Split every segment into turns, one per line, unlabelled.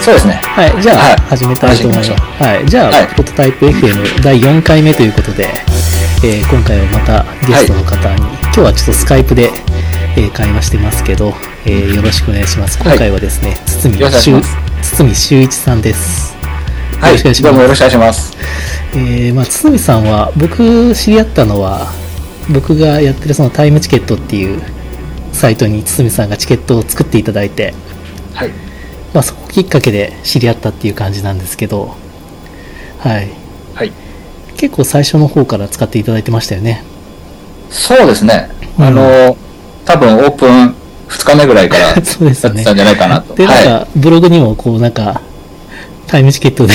そうですね。
はい、じゃあ、
はい
始めたいと思います。
始めま
はい、じゃあ、
はい
プロトタイプ FM 第4回目ということで、えー今回はまたゲストの方に、今日はちょっとスカイプで、えー会話してますけど、えーよろしくお願いします。
はい
今回はですね、堤
よろしくお願いし
堤修一さんです。
は
よろ
い
しくお願いしま
ど
す
うもよろしくお願いします。
えーまあ、堤さんは、僕知り合ったのは、僕がやってるそのタイムチケットっていうサイトに堤さんがチケットを作っていただいて、
はい。
まあ、そこきっかけで知り合ったっていう感じなんですけど、はい。
はい。
結構最初の方から使っていただいてましたよね。
そうですね。
うん
あの、多分オープン2日目ぐらいからやって
そうです
た
よね。
んじゃないかなと。
で、なん
は
か、ブログにも、こう、なんか、タイムチケ ットで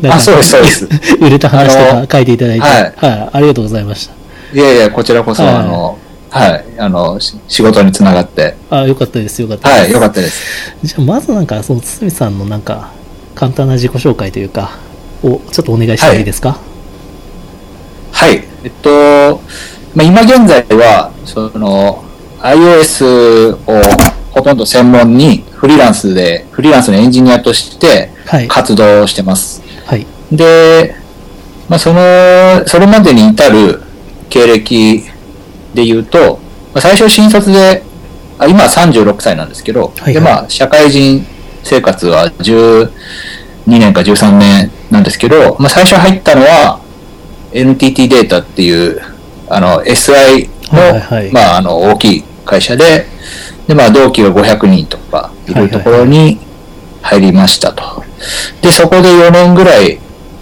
な
い。
んか、
あ、そうです、そうです。
売れた話
あ
と
の
か書いていただいて、
は
はい、ありがとうございまし
いやいや、こちらこそ、
はい
あの、はい、あの、し仕事につながって、
た。あ、よかったです、よかった
は
で
い、
す。
よかったです。
じゃあ、まずなんか、その、堤さんのなんか、簡単な自己紹介というか、を、ちょっとお願いしてもいいですか、
はい。えっと、まあ、今現在は、その、iOS をほとんど専門にフリーランスで、フリーランスのエンジニアとして
はい、
活動をしてます。
はい。
で、まあ、その、それまでに至る経歴で言うと、まあ、最初新卒で、あ今は36歳なんですけど、
はいはい
でまあ、社会人生活は12年か13年なんですけど、まあ、最初入ったのは NTT データっていう、あの、SI の、
はいはい
まあ、あの、大きい会社で、で、まあ、同期が500人とかいるところに入りましたと。で、そこで4年ぐらい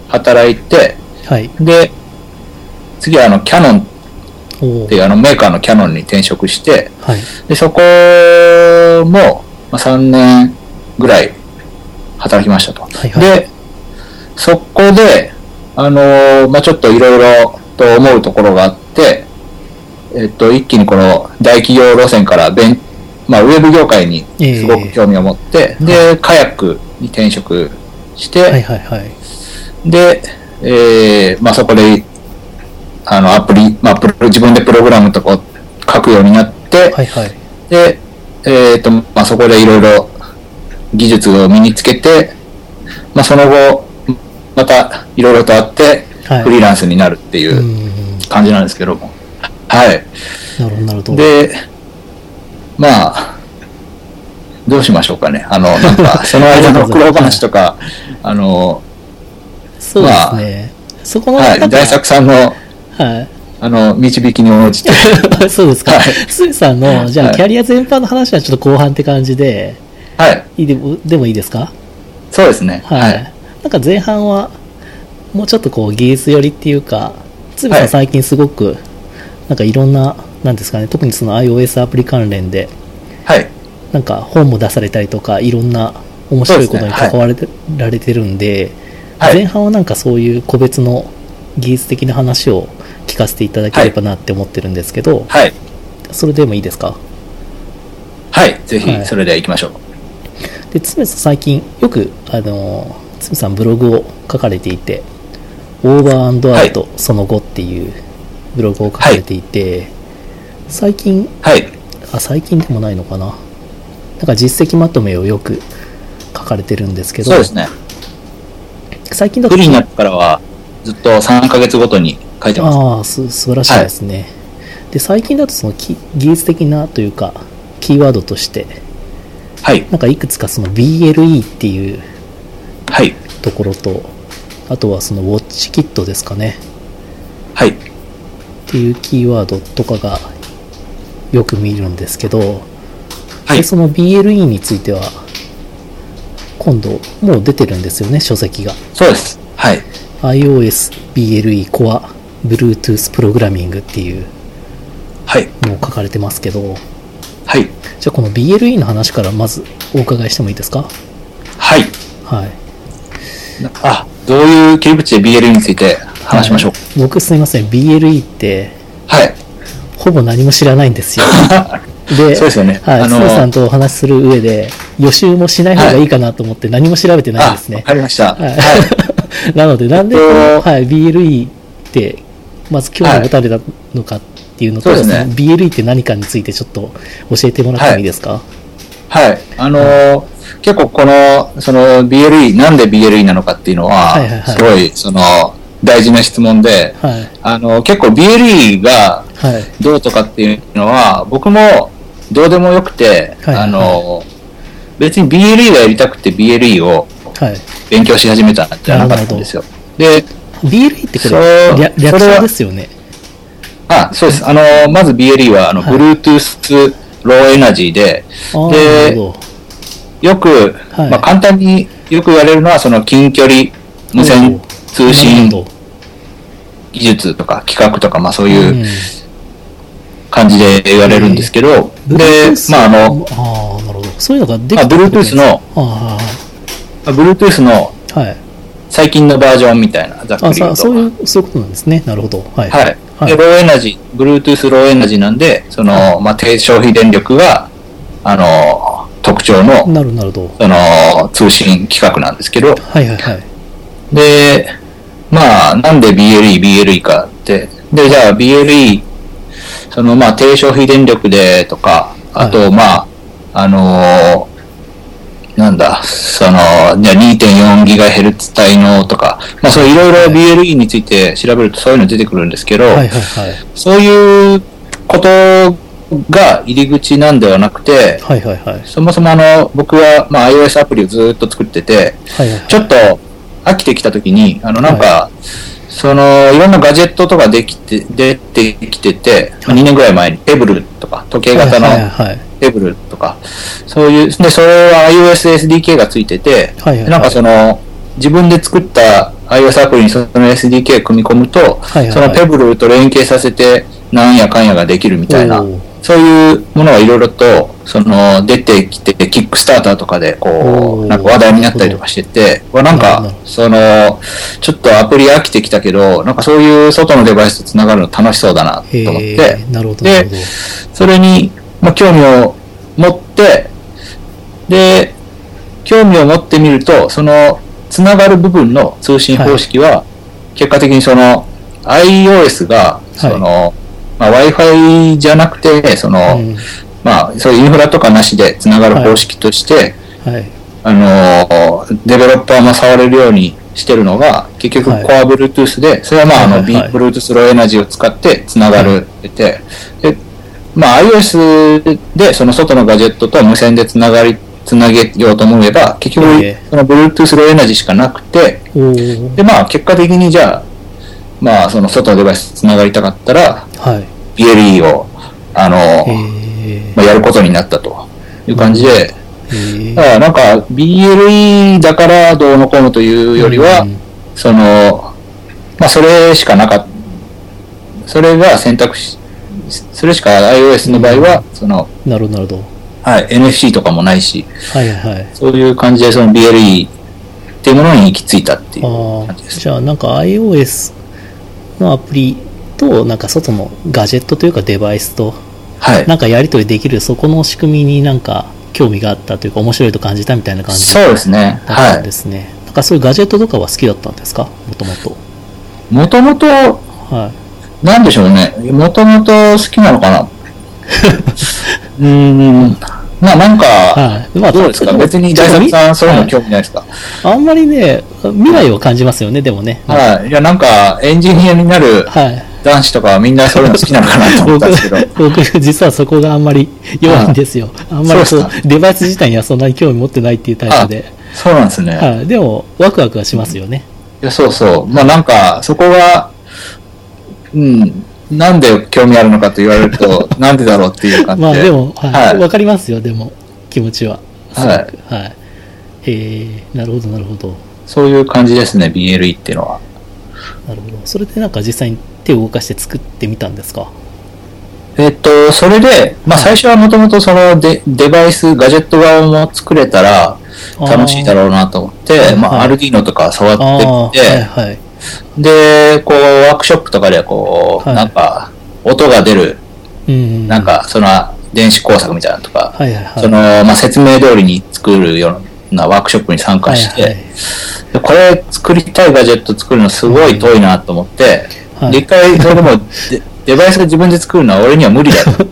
働いて、
はい。
で、次はあの、キャノンっ
お
て
ー
いうあの、メーカーのキャノンに転職して、
はい。
で、そこも、まあ、3年ぐらい働きましたと。
はいはい
で、そこで、あのーまあ、ちょっといろいろと思うところがあって、えっと、一気にこの大企業路線からベン、まあ、ウェブ業界にすごく興味を持って、
ええ
で、カヤックに転職して、
はいはいはい。
で、えーまあ、そこで、あの、アプリ、まあ、プロ自分でプログラムとかを書くようになって、
はいはい。
で、えっ、と、まあ、そこでいろいろ技術を身につけて、まあ、その後、またいろいろとあって、
はい
フリーランスになるっていうう
ー。
ん感じなんですけども。はい。
なるほど、なるほど。
で、まあ、どうしましょうかね。あの、なん か、その間の苦労話とか、あの、
そうですね。そこの、
は
なん
い、
か
大作さんの、
はい。
あの、導きに応じて。
そうですか。
はい
すずさんの、じゃあ、
はい
キャリア全般の話はちょっと後半って感じで、
はい。
いいでもでもいいですか
そうですね。
は。
はいい。
なんか前半は、もうちょっとこう、技術寄りっていうか、すず
は
さん
い
最近すごく、なんかいろんな、なんですかね、特にその iOS アプリ関連で、
はい。
なんか本も出されたりとか、いろんな面白いこと
そう
に
ですねはい
関われて、られてるんで、
はい
前半はなんかそういう個別の技術的な話を聞かせていただければなって思ってるんですけど、
はい。
それでもいいですか
はい。ぜ
は
ひ、
い
それでは行きましょう。
で、つめさん最近よく、あの、つめさんブログを書かれていて、オーバーアウトその後っていうブログを書かれていて、最近、
はい。
あ、最近でもないのかな。なんか実績まとめをよく書かれてるんですけど、
そうですね。
最近だと
フリーになってからは、ずっと3ヶ月ごとに書いてます。
ああ、す素晴らしいですね。で、最近だとそのき技術的なというか、キーワードとして、
はい。
なんかいくつかその BLE っていう
はい。
ところと、あとはそのウォッチキットですかね、
はい。
っていうキーワードとかがよく見るんですけど、
は
で
い。
その BLE については、今度もう出てるんですよね、書籍が。
そうです。はい。
iOS BLE Core Bluetooth プログラミングっていう
はい。
のを書かれてますけど、
はい。
じゃあこの BLE の話からまずお伺いしてもいいですか
はい。
はい。
あ、どういう切り口で BL について話しましょう。
はい僕すいません、BLE って
はい。
ほぼ何も知らない んですよ。で、
そうですよね
はい、
あ
ス
の
ーさんとお話しする上で予習もしない方がいいかなと思って何も調べて ないん
あ
です、ね
わ。かりました。
は
はいい。
なので、なんでこ
え
の、
っと
はい、BLE って、まず興味を持たれたのかっていうのと、
はいそうですね
その BLE って何かについてちょっと教えてもらってもいいですか、
はい。あのー結構この、その BLE、なんで BLE なのかっていうのは
はいはい、はい
すごい、その、大事な質問で、
はい。
あの、結構 BLE が
はい。
どうとかっていうのは、僕もどうでもよくて、
はいはい
あの、別に BLE がやりたくて BLE を
はい。
勉強し始めたんじゃなかったんですよ。で、
BLE ってこ
そう
れ、略略
それは
称ですよね。
あ、そうです。あの、まず BLE は、あの、
はい
Bluetooth Low Energy で、
ああ、なる
で、
ほど。
よく、
はい
まあ簡単によく言われるのは、その近距離無線通信
なるほ
技術とか企画とか、まあそう
ど
いううんう感じで言われるんですけど、で、
Bluetooth
まああの、
ああ、なるほど。そういうのができ
まあ
たってことです
Bluetooth の、
あ
Bluetooth の
あ、はい。
最近のバージョンみたいな、ざっく
あ
り言う
さ
と。
そういう、そういうことなんですね。なるほど。はい。
はい。
は
で、
い
ローエナジー、Bluetooth ローエナジーなんで、その、まあ低消費電力が、あの、特徴の、
なるなるほど。
その、通信規格なんですけど、
はいはいはい。
で、まあ、なんで BLE、BLE かって。で、じゃあ BLE、そのまあ、低消費電力でとか、あ
は
と、まあ、あのーなんだ、その、じゃあ 2.4GHz 帯のとか、まあ、そういろいろ BLE について調べるとそういうの出てくるんですけど、
はいはいはい。
そういうことが入り口なんではなくて、
はいはいはい。はい
そもそもあの、僕は、まあ、iOS アプリをずっと作ってて、
はいはい。
ちょっと飽きてきたときに、あのなんか、そのいろんなガジェットとかできて出てきてて、まあ2年ぐらい前にテーブルとか、時計型
はいはい
の
はい。
テーブルとか、そういう、で、それは iOS SDK がついてて、
はいはいはい
なんかその、自分で作った iOS アプリにその SDK 組み込むと、
はいはいはい
そのペブルと連携させて、なんやかんやができるみたいな
おー、
そういうものがいろいろと、その、出てきて、キックスターターとかで、こ
おー
う、なんか話題になったりとかしてて、わなん
なる
か
ほ、
その、ちょっとアプリ飽きてきたけど、なんかそういう外のデバイスと繋がるの楽しそうだなと思って、
へえ、なるほどなる
で
ほど。、
それに、まあ、興味を持って、で、興味を持ってみると、その、つながる部分の通信方式は、結果的にその、iOS が、その、まあ、Wi-Fi じゃなくて、その、
うん
まあ、そういうインフラとかなしでつながる方式として、
はい。
あのーデベロッパーも触れるようにしてるのが、結局
はい
Core Bluetooth で、それはまあ、あ
は
の、
い
B
はいはい
Bluetooth Low Energy を使ってつながるて、で、まあ iOS でその外のガジェットと無線でつながり、つなげようと思えば、結局
ええ
その Bluetooth Low Energy しかなくて、
おー
で、まあ結果的にじゃあ、まあその外のデバイスとつながりたかったら、
はい。
BLE を、あのー
へ
まあ、やることになったという感じで、
え。へえ
だからなんか BLE だからどうのこうのというよりは、
うん
その、まあそれしかなかっそれが選択肢、それしか iOS の場合は、その、
なるほどなるほど。
はい、NFC とかもないし、
はいはいはい。
そういう感じでその BLE っていうものに行き着いたっていう
ああ
感じです。
じゃあなんか iOS のアプリとなんか外のガジェットというかデバイスと
はい。
なんかやり取りできるそこの仕組みになんか興味があったというか面白いと感じたみたいな感じだ
そうですね。
ったん
は
ですね、なんかそういうガジェットとかは好きだったんですかもともと
い。もともと、
は
なんでしょうね。もともと好きなのか なうーん。まあなんか、
い、はい、まあ
どうですか
も
別に大作さん、そういうの興味ないですか
あんまりね未来を感じますよねでもね
はい。いや、なんか、エンジニアになる
はい
男子とかはみんなそういうの好きなのかなと思っ
僕
たんですけど。
僕実はそこがあんまり弱いんですよあんまりこ
そう
う
です
デバイス自体にはそんなに興味持ってないっていうタイプで
そうなんですね。い、
はい、でも、ワクワクはしますよね。
や、そうそう。まあなんか、そこが、うん、なんで興味あるのかと言われる と、なんでだろうっていう感じで。
まあでも、はい、わ、
はい。
かりますよ、でも、気持ちは。
はい
すごく。はい。えー、なるほど、なるほど。
そういう感じですね、BLE っていうのは。
なるほど。それでなんか実際に手を動かして作ってみたんですか
えっと、それで、まあ最初はもともとそのデデバイス、ガジェット側も作れたら楽しいだろうなと思って、
あー
まあ
は
ア
い
ルディーノとか触って
ああ、
み
は
て、
いはい。
で、こう、ワークショップとかで、こう、
はい
なんか、音が出る、
うん。
なん、か、その、電子工作みたいなのとか、
はいはいはい。
その、まあ、説明通りに作るようなワークショップに参加して、
はいはい
でこれ作りたいガジェット作るのすごい遠いなと思って、
はい 。
で、一回、それでも、デデバイスが自分で作るのは俺には無理だと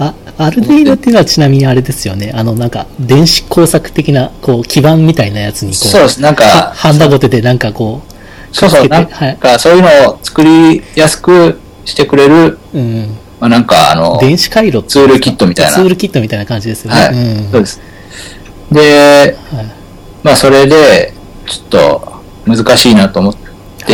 あ、アルデヒドっていうのはちなみにあれですよね。あの、なんか、電子工作的な、こう、基板みたいなやつに、こう、
そうですなんか
はハンダゴテでなんかこう、
そうそう、
くっつけ
な
て
ん
はい。
かそういうのを作りやすくしてくれる、
うん。
まあ、なんかあの、
電子回路って
ツールキットみたいな。
ツールキットみたいな感じですよね。
はい、
うん。
そうです。で、
はい
まあそれで、ちょっと難しいなと思ってて、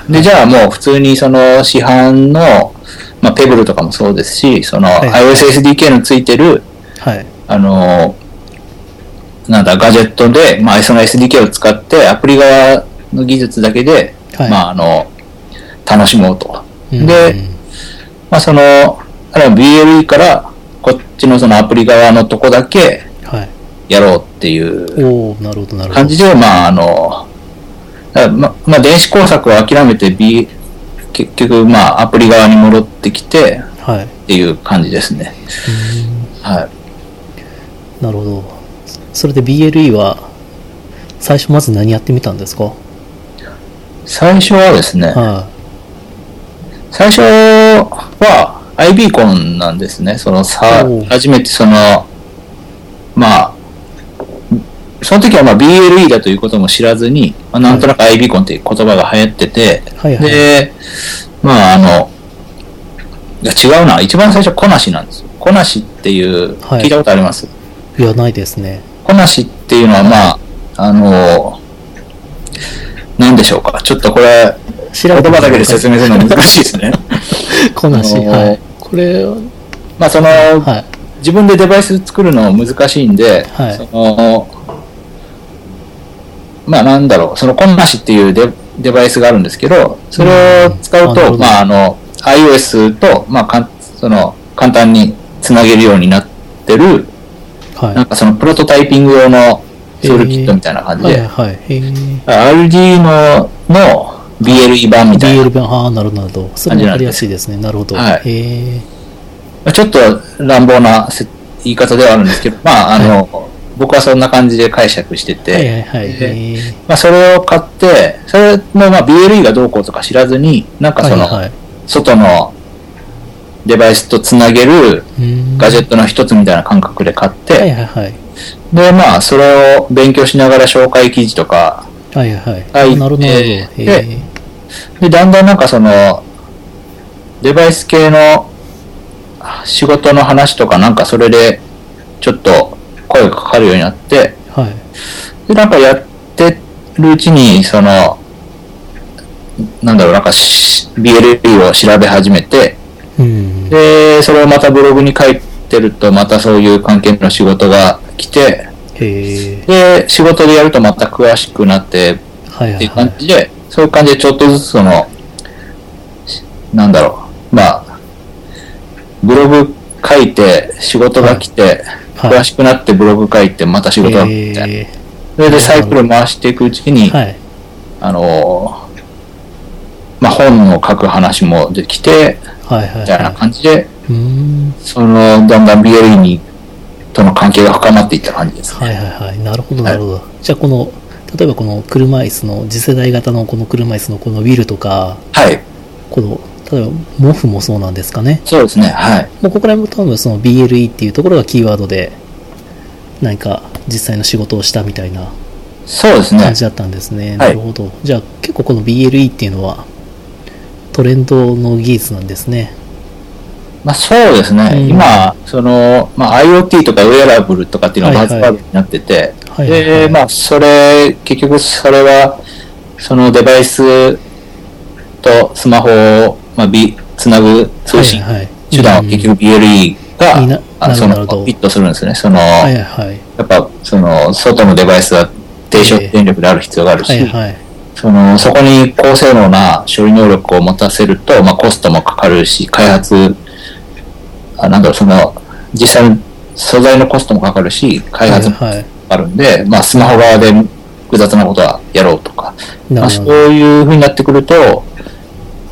はい
で、じゃあもう普通にその市販の、まあペブルとかもそうですし、その
はい
iOS SDK のついてる、
はい。
あの、なんだ、ガジェットで、まあその SDK を使って、アプリ側の技術だけで、
はい
まああの、楽しもうと。
うん
で、まあその、あれは BLE から、こっちのそのアプリ側のとこだけ
はい。
やろうっていう
おおなるほど、なるほ
感
ど。
じで、まあ、あの、だからままあ、電子工作を諦めて、B、結局、まあ、アプリ側に戻ってきて
はい。う
っていう感じですね。
ん
はい。
なるほど。それで BLE は、最初まず何やってみたんですか
最初はですね、
は
最初は IBCon なんですね。そのさ
おう、
初めてその、まあ、その時はまあ BLE だということも知らずに、まあ、なんとなく IBCon っていう言葉が流行ってて、
い。はいはい。
で、まああの、いや違うな、一番最初、コナシなんですよ。コナシっていう、
はい
聞いたことあります
いや、ないですね。
コナシっていうのは、まあ、あの、なんでしょうか。ちょっとこれ、
調
言
べてみ
葉
た
だけで説明するの難しいで すね。
こなし、
あのー
はい。これ、は
まあ、その、
い。
自分でデバイス作るの難しいんで、
はい
その、まあなんだろう、そのコンナシっていうデデバイスがあるんですけど、それを使う
うんあなるほ
と、
ど
まああの、iOS と、まあかんその、簡単につなげるようになってる、な
は
んかそのプロトタイピング用のツールキットみたいな感じ
い。はい
で、
はい。へー
RD のの BLE 版みたいな
BL 版、ああ、なるほど、なるほど。それもわかりやすいですね。なるほど。
はい
へえ。
まあちょっと乱暴なせ言い方ではあるんですけど、まああの、僕はそんな感じで解釈してて、
はいはいはい。へえ。
まあ、それを買って、それもまあ BLE がどうこうとか知らずに、なんか
はい
その、
はい。
外のデバイスとつなげるガジェットの一つみたいな感覚で買っ
ト
て、
はいはいはい。
で、まあ、それを勉強しながら紹介記事とか、
はいはい
は
はいい。あなるほど、なるほど。へ
えー
え。
で、だんだんなんかその、デバイス系の仕事の話とかなんかそれで、ちょっと声がかかるようになって、
はい。
で、なんかやってるうちに、その、なんだろう、なんかし BLE を調べ始めて、
うん。は
で、それをまたブログに書いてると、またそういう関係の仕事が来て、
へえ。
で、仕事でやるとまた詳しくなってっ
はいは
てい
いうは
感
い。
じで、そういう感じでちょっとずつその、なんだろう、まあ、ブログ書いて仕事が来て、
はい
詳しくなってブログ書いてまた仕事が来て、
へ
それでサイクル回していくうち
え。
に、
はい。
あのまあ、本を書く話もできて、
はいはい
みたいな
は
感じで、
い。うん。
その、だんだん BLE に、との関係が深まっていった感じです。
はいはいはい。なるほど、なるほど。じゃあ、この、例えばこの車椅子の、次世代型のこの車椅子のこのウィルとか、
はい。
この、例えば、モフもそうなんですかね。
そうですね、はい。
もうここら辺も多分その BLE っていうところがキーワードで、何か実際の仕事をしたみたいな
そうですね
感。じだったんです
は
ね。ないるほど。じゃあ結構この BLE っていうのはトレンドの技術なんですね。
まあ、そうですね。
うん
今、その、まあ、IoT とかウェアラブルとかっていうのが
はい
バズ
はい
ワードになってて、
はいはいはい
で、まあ、それ、結局、それは、そのデバイスとスマホを、まあ、B、つなぐ通信
はいはい
手段は
うん
結局 BLE
に
が、
なな
あ
る
そ
ほど
の
なるほど
フィットするんですね。その、
はい
や
はい。
っぱその外のデバイスは低消費電力である必要があるし、
はいはい。
そのそこに高性能な処理能力を持たせると、まあ、コストもかかるし、開発、あなんだろう、その実際の素材のコストもかかるし、開発もか
はいはい
かるんで、まあスマホ側で複雑なことはやろうとか、ま
な
あ、
る
そ
ほ
う
ど。
いうふうになってくると、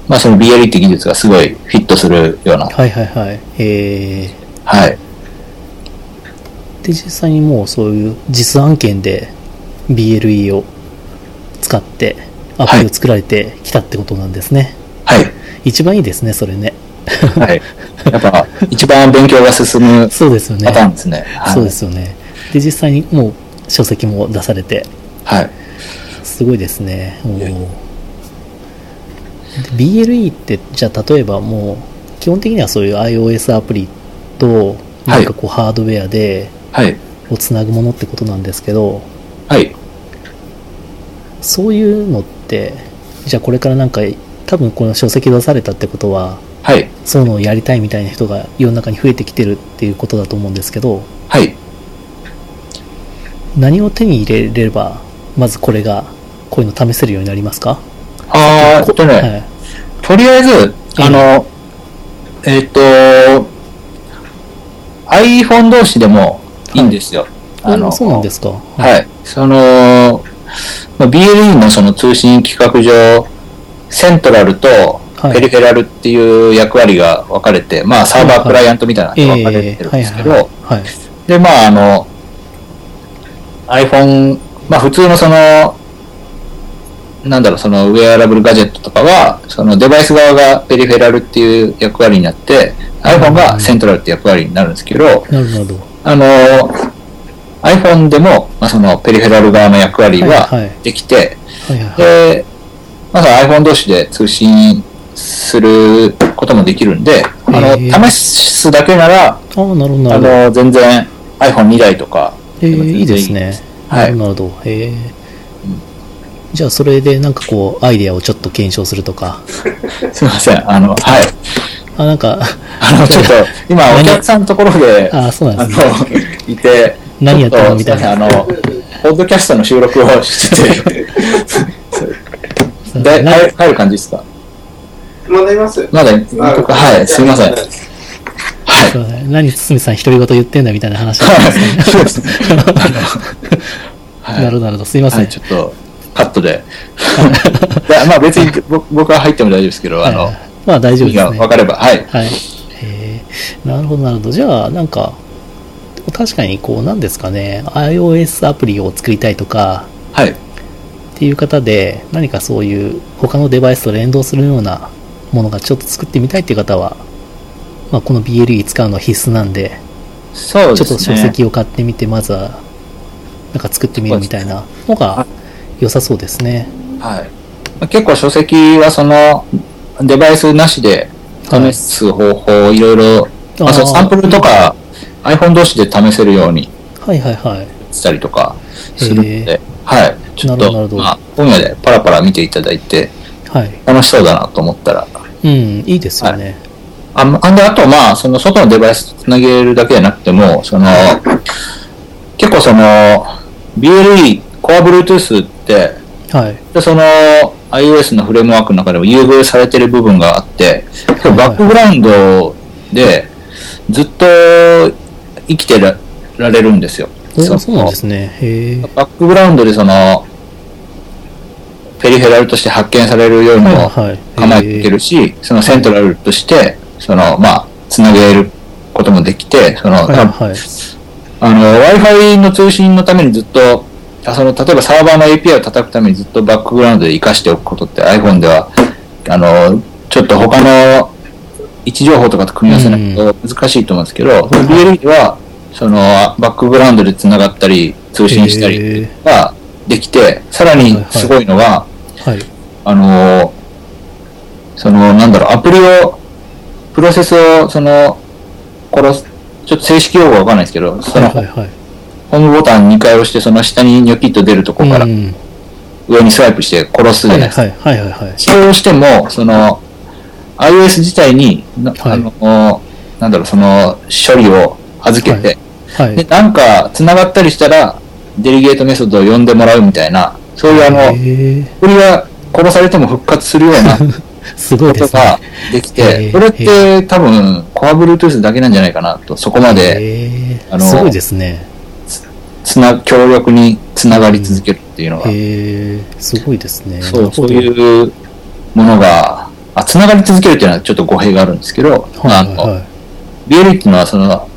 まあその BLE って技術がすごいフィットするような、
はいはいはい。えー、
はい。
で実際にもうそういう実案件で BLE を使ってアプリを作られてきたってことなんですね。
はい。
一番いいですね、それね。
はい。やっぱ、一番勉強が進む
そうですよね
パターンですね。はい、
そうで。すよねで実際にもう書籍も出されて
はい。
すごいですねおーで BLE ってじゃあ例えばもう基本的にはそういう iOS アプリと
は
ないんかこうハードウェアで
はい。
をつなぐものってことなんですけど、
はい。
そういうのってじゃあこれからなんか多分この書籍出されたってことは
はい。
そういうのをやりたいみたいな人が世の中に増えてきてるっていうことだと思うんですけど
はい。
何を手に入れればまずこれがこういうの試せるようになりますか
あー、えっとね、
はい、
とりあえず、あの、えっ、と、iPhone 同士でもいいんですよ。あ
あ
の、
そうなんですか。い。
はい。その、まあ BLE のその通信規格上、セントラルと
はい
ペリフェラルっていう役割が分かれて、まあサーバ
はい
ー
はい
クライアントみたいなの
ええ
が分かれてるん
はい
ですけ
はい
ど、
はい。
で、まああの、iPhone、まあ普通のその、なんだろう、そのウェアラブルガジェットとかは、そのデバイス側がペリフェラルっていう役割になって、iPhone がセントラルっていう役割になるんですけど、
なるほど。
あの、iPhone でも、まあ、そのペリフェラル側の役割
はいは
はいできて、
はいはいはい。
で、まあ、その iPhone 同士で通信することもできるんで、あの、
へー
試すだけなら、
ああ、なるほど、な
あ
るほど。
の、全然 iPhone2 台とか、
えーいいですね。
はい
なるほど。えーじゃあ、それでなんかこう、アイデアをちょっと検証するとか。
すいません、あの、はい。
あ、なんか、
あ の、ちょっと、今、お客さんのところで、
あそうなん
あ
ですね。
の、いて、
何やってる
ちょ
の
と
みたいな
すませんあの、ポッドキャストの収録をしてて、
そう
だい
な
入る入る感じですか
戻ります。
まだ、
あ
はい、すいません。 はい。
そうね何、堤さん独り言言ってんだみたいな話なんですね。
はいそうですね。
なるほど、なるほど。すいませ
は
ん。
い、ちょっと、カットで。いやまあ別に僕僕は入っても大丈夫ですけど、あの
は、いまあ、大丈
意
夫
味
です
が
ね。
分かれば、はい。
はい。えー、なるほど、なるほど。じゃあ、なんか、確かに、こう、なんですかね、iOS アプリを作りたいとか
はい。
っていう方で、何かそういう他のデバイスと連動するようなものがちょっと作ってみたいっていう方は、まあ、この BLE 使うのは必須なんで、
そう
ちょっと書籍を買ってみて、まずは、なんか作ってみるみたいなのが良さそうですね。
はい。まあ結構書籍はその、デバイスなしで試す方法、いろいろ、ま
あー
あ、そのサンプルとか、iPhone 同士で試せるように
はいはいはい。
したりとかするの
へ
で、はい。ちょっ
なるほどなるほ
と、
ど
まあ、本屋でパラパラ見ていただいて、
はい。
楽しそうだなと思ったら、
うん、いいですよね。
あんあんで、あと、まあ、その外のデバイスとつなげるだけじゃなくても、その、結構その、BLE、Core Bluetooth って、
はい。
でその iOS のフレームワークの中でも優遇されてる部分があって、
いはい
バックグラウンドでずっと生きてらられるんですよ。
お
その
そうなんですね。へえ。
バックグラウンドでその、ペリフェラルとして発見されるようにも
はいはい
構えていけるし、そのセントラルとして、その、まあ、つなげることもできて、その、
はいはい。
あの、Wi-Fi の通信のためにずっと、あその、例えばサーバーの API を叩くためにずっとバックグラウンドで活かしておくことって iPhone では、あの、ちょっと他の位置情報とかと組み合わせないと難しいと思うんですけど、BLE は、その、バックグラウンドで繋がったり、通信したり
へえ
ができて、さらにすごいのは、
はい。
あの、その、なんだろう、アプリを、プロセスを、その、殺す、ちょっと正式用語はわかんないですけど、その、
はいはいはい。
ホームボタン2回押して、その下にニョキッと出るところから
うん
上にスワイプして殺すじ
は
ゃ
い
な
はいい
ですか。
はいはいはい。
それをしても、その、iOS 自体に、な
はい
あの、なんだろう、その、処理を預けて、
はい。
で、なんか、繋がったりしたら、デリゲートメソッドを呼んでもらうみたいな、そういうあの、
へえ
これが殺されても復活するよう なこ
すごいで
と
すね
が。でき
へー
て、それって多分、コアブルートゥースだけなんじゃないかなと、そこまで、
へえ
あの
すごいですね。
つな、強力に繋がり続けるっていうのが。
へえすごいですね。
そう、そう
う。
いうものが、あ、つながり続けるっていうのはちょっと語弊があるんですけど、
は
あ
いはい
の、
はい。
BL っていうのはその、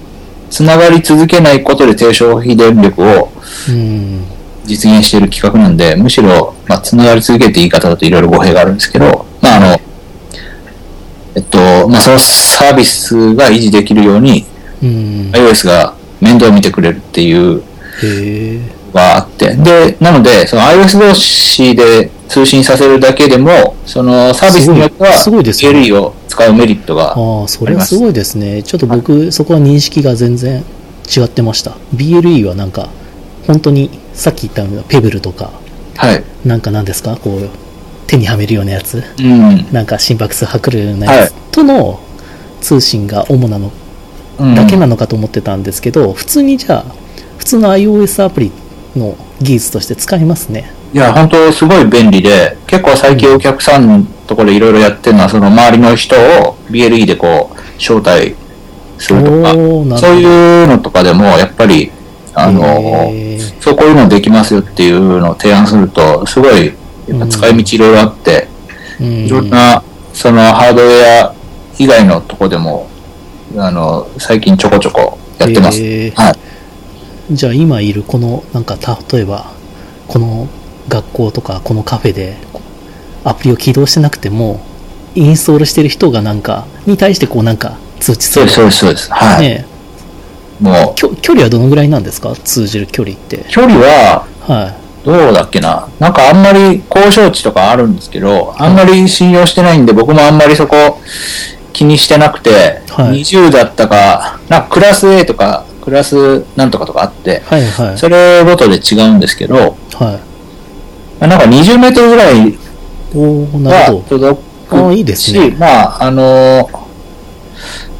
つながり続けないことで低消費電力を
うん。
実現している企画なんで、むしろ、まあ、つながり続けって言い方だといろいろ語弊があるんですけど、まあ、あの、えっと、まあ、そのサービスが維持できるように、
うん。
iOS が面倒を見てくれるっていう
へえ。
のがあって、で、なので、その iOS 同士で通信させるだけでも、そのサービスによっては、
すごいですね
ALE を使うメリットが、
ああ、それはすごいですね。ちょっと僕、そこは認識が全然違ってました。BLE はなんか、本当に、さっき言ったようなペブルとか、
はい。
なんか何ですかこう、手にはめるようなやつ、
うん。
なんか心拍数測るようなやつ
は
との通信が主なの
うん、
だけなのかと思ってたんですけど、普通にじゃあ、普通の iOS アプリの技術として使えますね。
いや、本当すごい便利で、結構最近お客さんのところでいろいろやってるのは、その周りの人を BLE でこう、招待するとか、
おーなるほど
そういうのとかでも、やっぱり、あの、
へー
そうこういうのできますよっていうのを提案すると、すごい、やっぱ使い道いろいろあって、
うん
いろんな、そのハードウェア以外のとこでも、あの、最近ちょこちょこやってます。
へー
はい。
じゃあ今いるこのなんか例えばこの学校とかこのカフェでこアプリを起動してなくてもインストールしてる人がなんかに対してこうなんか通知す
そう
る
です、そうです、そうです。はい。
ね
も
きょ距離はどのぐらいなんですか通じる距離って
う、距離は、
は
どうだっけな。なんかあんまり交渉値とかあるんですけど、あんまり信用してないんで、僕もあんまりそこ気にしてなくて、
はい
20だったか、なんかクラス A とか、クラスなんとかとかあって
い、はいはい
それごとで違うんですけど、
はい
なんか20メートルぐらい
おおなる
は
ほ
届
あ
く
いいですね
し、まあ、あの、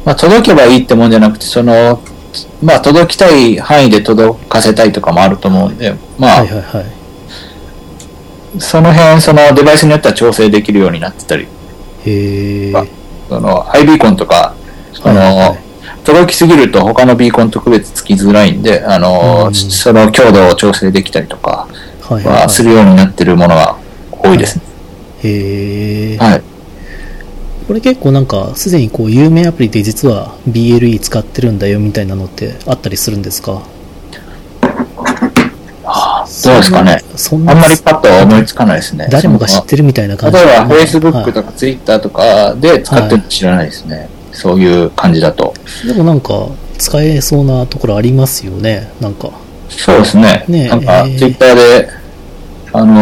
まあ、届けばいいってもんじゃなくて、その、まあ、届きたい範囲で届かせたいとかもあると思うんで、
ど
まあ、
はいはいはい
その辺、そのデバイスによっては調整できるようになってたり、
へえ
あその、ハイビーコンとか、その、
はいはい
届きすぎると他のビーコンと区別つきづらいんで、あの、
うん
その強度を調整できたりとか
はいはい
はするようになってるものが多いですね。
へえ
はい。
これ結構なんかすでにこう有名アプリで実は BLE 使ってるんだよみたいなのってあったりするんですか
どうですかね。
そんな
あんまりパッとは思いつかないですね。
誰もが知ってるみたいな
そ
感
の
じ
例えば、
は
Facebook
い
とか Twitter とかで使ってるの知らないですね。そういう感じだと。
でもなんか使えそうなところありますよねなんか
そうですね。
ねえ
なんか、
えー
Twitter で、あの、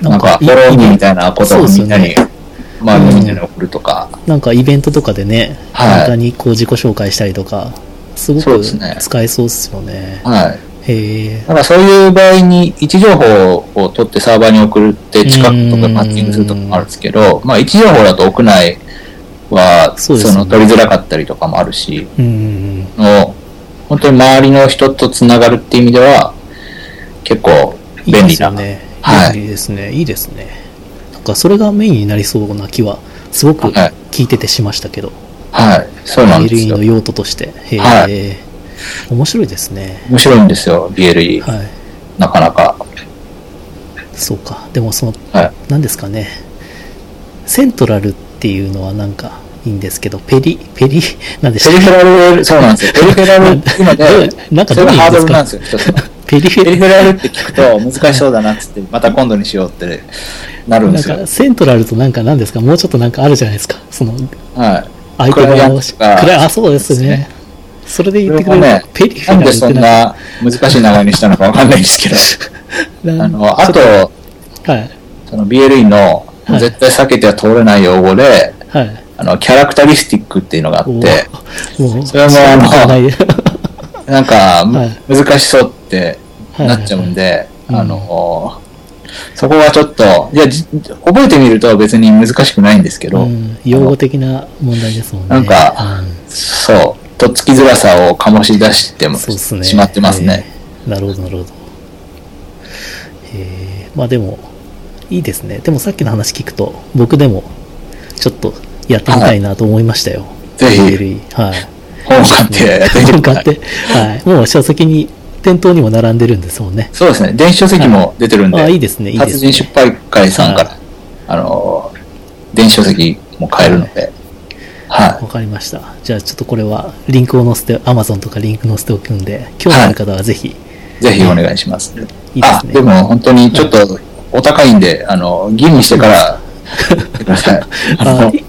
なんか、フォローみたいなことをみんな
そう
に
ですよ、
まあ、みんなに送るとか、
なんかイベントとかでね、
はい
簡単にこう自己紹介したりとかすご
そう
く
ですね
使えそうですよね
はい。
へえ
なんかそういう場合に、位置情報を取ってサーバーに送るって、近くとかマッチングするとかもあるんですけど、まあ、位置情報だと屋内は、そ
そ
う
ですね
の、取りづらかったりとかもあるし、
うん
の、本当に周りの人とつながるっていう意味では、結構
いい
便
で
利
す
な。
よね。
はい
便利ですね。いいですね。なんかそれがメインになりそうな気は、すごく
はい
聞いててしましたけど、
はい。そうなんです
LE
よ
の。用途として。へえ、
は
面白いですね。
面白いんですよ、BLE。
はい。
なかなか。
そうか。でもその、
はい。
なんですかね。セントラルっていうのはなんかいいんですけど、ペリ、ペリ、 なんでし
ペリ
たっ
フェラル、そうなんですよ。ペリフェラルって今ね
どう なんか
それが
どうい
ハ
う
ードル
んですか
なんですよ、一つの。
けペリフ
ペ
ェ
リフェラルって聞くと難しそうだなっつって、また今度にしようってなるん
な
で
ん
すよ
か。セントラルとなんかなんですかもうちょっとなんかあるじゃないですか。その、
はい。
相手
クライアン
側
ト
を
が
し暗いあ、そうで
そ
す
うで
ね。それで言
こ
っ
れ
てくれ
も
る、
ね
ペリ、フ
な
ェ
ん
ラ
で
ルっ
そ
て
ん
なんか
な難しい名前にしたのかわかんないん ですけど、
な
あ
ん
の、あと、
はい。
その BLE の
はい
絶対避けては通れない用語で、
はい。
あの、キャラクタリスティックっていうのがあ
お
って、
おもう、
それもあの
そう ないで
なんか
はい、
難しそうってなっちゃうんで、
はいはい
あの、そこはちょっと、いや、じ覚えてみると別に難しくないんですけど、
うん用語的な問題ですもんね。
なんかそう、とっつきづらさを醸し出して
うん、
も
そうですね。
しまってますね。
えー。なるほど、なるほど。えー、まあでも、いいですね。でもさっきの話聞くと、僕でも、ちょっとやってみたいなと思いましたよ。
ぜひ
ALE はい。
本を買ってやってみて
本
くだ
買
さ
っ
い
て、はい。もう書籍に、店頭にも並んでるんですもんね。
そうですね、電子書籍も出てるんで、
あ、いいですね、いいで
達
すね。
人出版会さんから、
は
あの、電子書籍も買えるので、はい。
わかりました。じゃあちょっとこれはリンクを載せて、Amazon とかリンク載せておくんで、興味ある方はぜひ、
ぜひお願いします。
いいです
あ、
ね
でも本当にちょっとお高いんで、あの、吟味してから、ください。あ
あ
の
い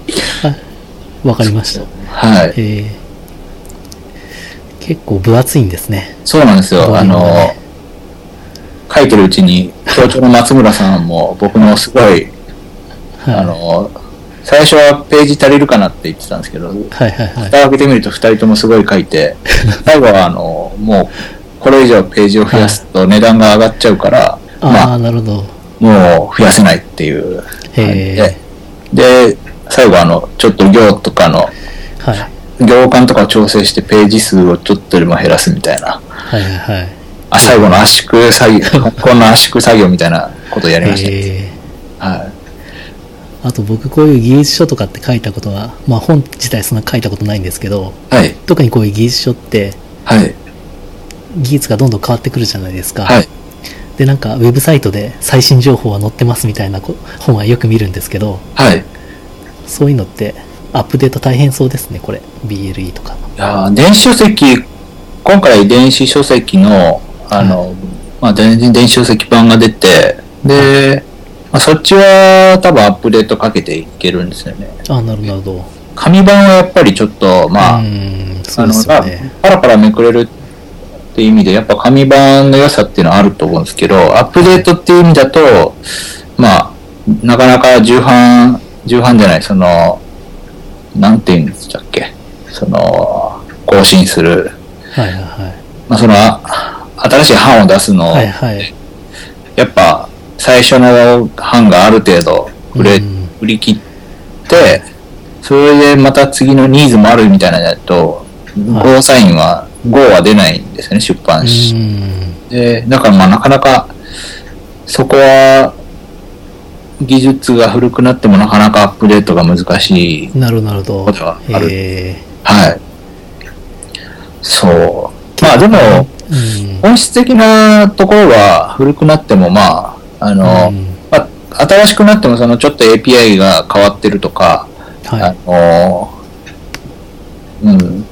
わかりました。
はい。
えー結構分厚いんですね。
そうなんですよ。
ボ
あ
リューム
の
がね、
書いてるうちに、校長の松村さんも僕のすごい、
はい。
あの、最初はページ足りるかなって言ってたんですけど、
はいはいはい。
蓋を開けてみると2人ともすごい書い て、最後はあの、もう、これ以上ページを増やすと値段が上がっちゃうから、
あ
ま
あ、
あ、
なるほど。
もう増やせないっていう感じで
へ、
で、最後あの、ちょっと行とかの、
え。はい。
行間とかを調整してページ数をちょっとでも減らすみたいな。
はいはいはい。
あ、最後の圧縮作業、この圧縮作業みたいなことやりました。
え
はい。
ーあと僕こういう技術書とかって書いたことは、まあ本自体そんな書いたことないんですけど、
はい。
特にこういう技術書って
はい。
技術がどんどん変わってくるじゃないですか。
はい。
で、なんかウェブサイトで最新情報は載ってますみたいなこ本はよく見るんですけど、
はい。
そういうのってアップデート大変そうですね、これ。BLE とか。
いやー電子書籍、今回電子書籍の、あの、まあ、電電子書籍版が出て、で、まあ、そっちは多分アップデートかけていけるんですよね。
あ、なるほどなるほど。
紙版はやっぱりちょっと、まあ、
うーん、そ
あ
うで
の、
す
ま
よ
あ
ね。
パラパラめくれるっていう意味で、やっぱ紙版の良さっていうのはあると思うんですけど、アップデートっていう意味だと、まあ、なかなか重版、重版じゃない、その、なんて言うんでしたっけ、その、更新する、
はいはいはい。
まあ、その、あ新しい版を出すの、
はいはい。
やっぱ、最初の版がある程度売れ、
うん
売り切って、それでまた次のニーズもあるみたいなのだと、
はい
GO サインは、GO は出ないんですよね、出
う
版し
ーん。
で、だからまあなかなか、そこは、技術が古くなってもなかなかアップデートが難しい。
なるほど、なるほ
ことが
ど。
ある
え
はい。そう。まあでも、
ーうん
本質的なところは古くなってもまあ、あの、
うん
まあ、新しくなってもそのちょっと API が変わってるとか、
はい。
あのうん。